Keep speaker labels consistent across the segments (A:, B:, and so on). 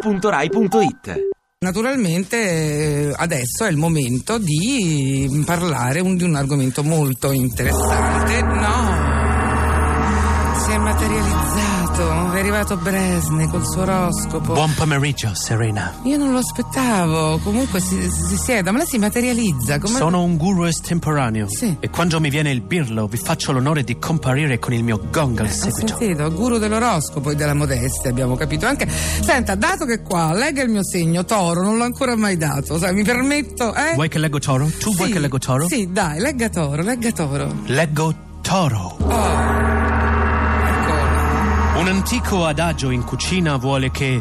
A: radio2pod.rai.it
B: Naturalmente eh, adesso è il momento di parlare un- di un argomento molto interessante. No! Si è materializzato, è arrivato Bresne col suo oroscopo.
C: Buon pomeriggio, Serena.
B: Io non lo aspettavo, comunque si, si sieda, ma lei si materializza. Come...
C: Sono un guru estemporaneo.
B: Sì.
C: E quando mi viene il birlo, vi faccio l'onore di comparire con il mio gong al
B: Ho
C: seguito.
B: sentito, guru dell'oroscopo e della modestia, abbiamo capito anche. Senta, dato che qua legga il mio segno, toro, non l'ho ancora mai dato, sai, mi permetto, eh?
C: Vuoi che leggo toro? Tu vuoi
B: Sì,
C: che leggo toro?
B: Sì, dai, legga toro, legga toro.
C: Leggo toro.
B: Oh, ecco.
C: Un antico adagio in cucina vuole che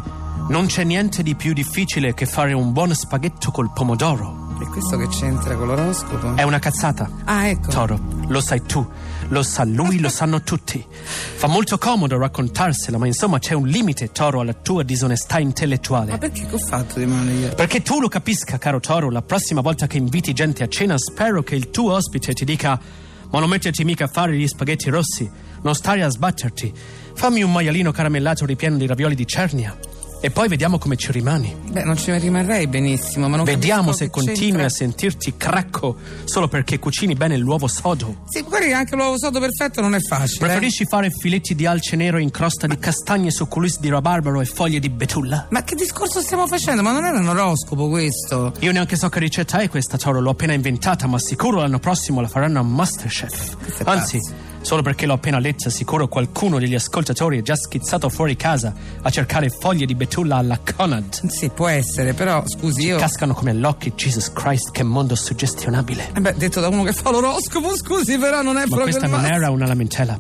C: non c'è niente di più difficile che fare un buon spaghetto col pomodoro.
B: E questo che c'entra con l'oroscopo?
C: È una cazzata.
B: Ah, ecco.
C: Toro, lo sai tu, lo sa lui, lo sanno tutti. Fa molto comodo raccontarsela, ma insomma c'è un limite, Toro, alla tua disonestà intellettuale.
B: Ma perché che ho fatto di male io?
C: Perché tu lo capisca, caro Toro, la prossima volta che inviti gente a cena spero che il tuo ospite ti dica ma non metterti mica a fare gli spaghetti rossi, non stare a sbatterti, fammi un maialino caramellato ripieno di ravioli di cernia e poi vediamo come ci rimani.
B: Beh, non ci rimarrei benissimo, ma non
C: Vediamo
B: capisco
C: se
B: che
C: continui a
B: c'entra.
C: sentirti cracco solo perché cucini bene l'uovo sodo.
B: Sì, guardi, anche l'uovo sodo perfetto non è facile. eh.
C: Preferisci fare filetti di alce nero in crosta di castagne su culisse di rabarbaro e foglie di betulla?
B: Ma che discorso stiamo facendo? Ma non era un oroscopo questo?
C: Io neanche so che ricetta è questa, Toro, l'ho appena inventata, ma sicuro l'anno prossimo la faranno a Masterchef.
B: Che
C: Anzi,
B: pazzo.
C: solo perché l'ho appena letta, sicuro qualcuno degli ascoltatori è già schizzato fuori casa a cercare foglie di betulla alla Conad.
B: Sì, può essere, però scusi io.
C: Cascano come allocchi, Jesus Christ, che mondo suggestionabile.
B: Eh beh, detto da uno che fa l'oroscopo, scusi, però non è
C: Ma
B: proprio.
C: questa
B: il
C: non
B: massimo.
C: era una lamentela,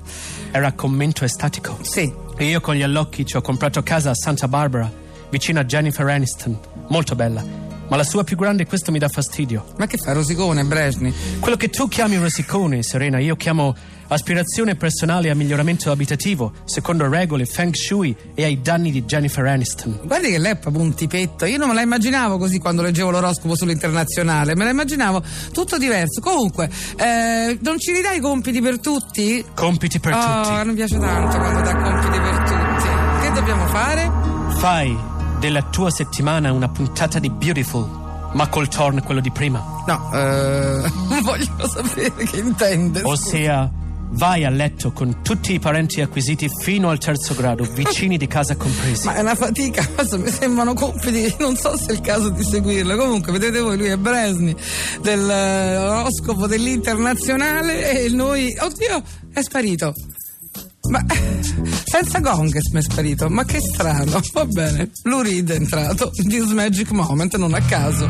C: era commento estatico.
B: Sì.
C: E io con gli allocchi ci ho comprato casa a Santa Barbara, vicino a Jennifer Aniston, molto bella. Ma la sua più grande, questo mi dà fastidio.
B: Ma che fa Rosicone, Bresni?
C: Quello che tu chiami rosicone, Serena, io chiamo aspirazione personale a miglioramento abitativo, secondo regole feng shui e ai danni di Jennifer Aniston.
B: Guardi che lei è proprio un tipetto. Io non me la immaginavo così quando leggevo l'oroscopo sull'internazionale, me la immaginavo tutto diverso. Comunque, eh, non ci ridai i compiti per tutti?
C: Compiti per
B: oh, non piace tanto quando dà compiti per tutti. Che dobbiamo fare?
C: tutti. Fai della tua settimana una puntata di Beautiful, ma col torn quello di prima.
B: No, eh, non voglio sapere che intende.
C: Ossia, vai a letto con tutti i parenti acquisiti fino al terzo grado, vicini di casa compresi.
B: Ma è una fatica, adesso mi sembrano compiti, non so se è il caso di seguirlo. Comunque, vedete voi, lui è Bresni dell'oroscopo dell'internazionale e noi. Oddio, è sparito. Ma senza gong è sparito, ma che strano. Va bene, Lurid è entrato. This Magic Moment, non a caso.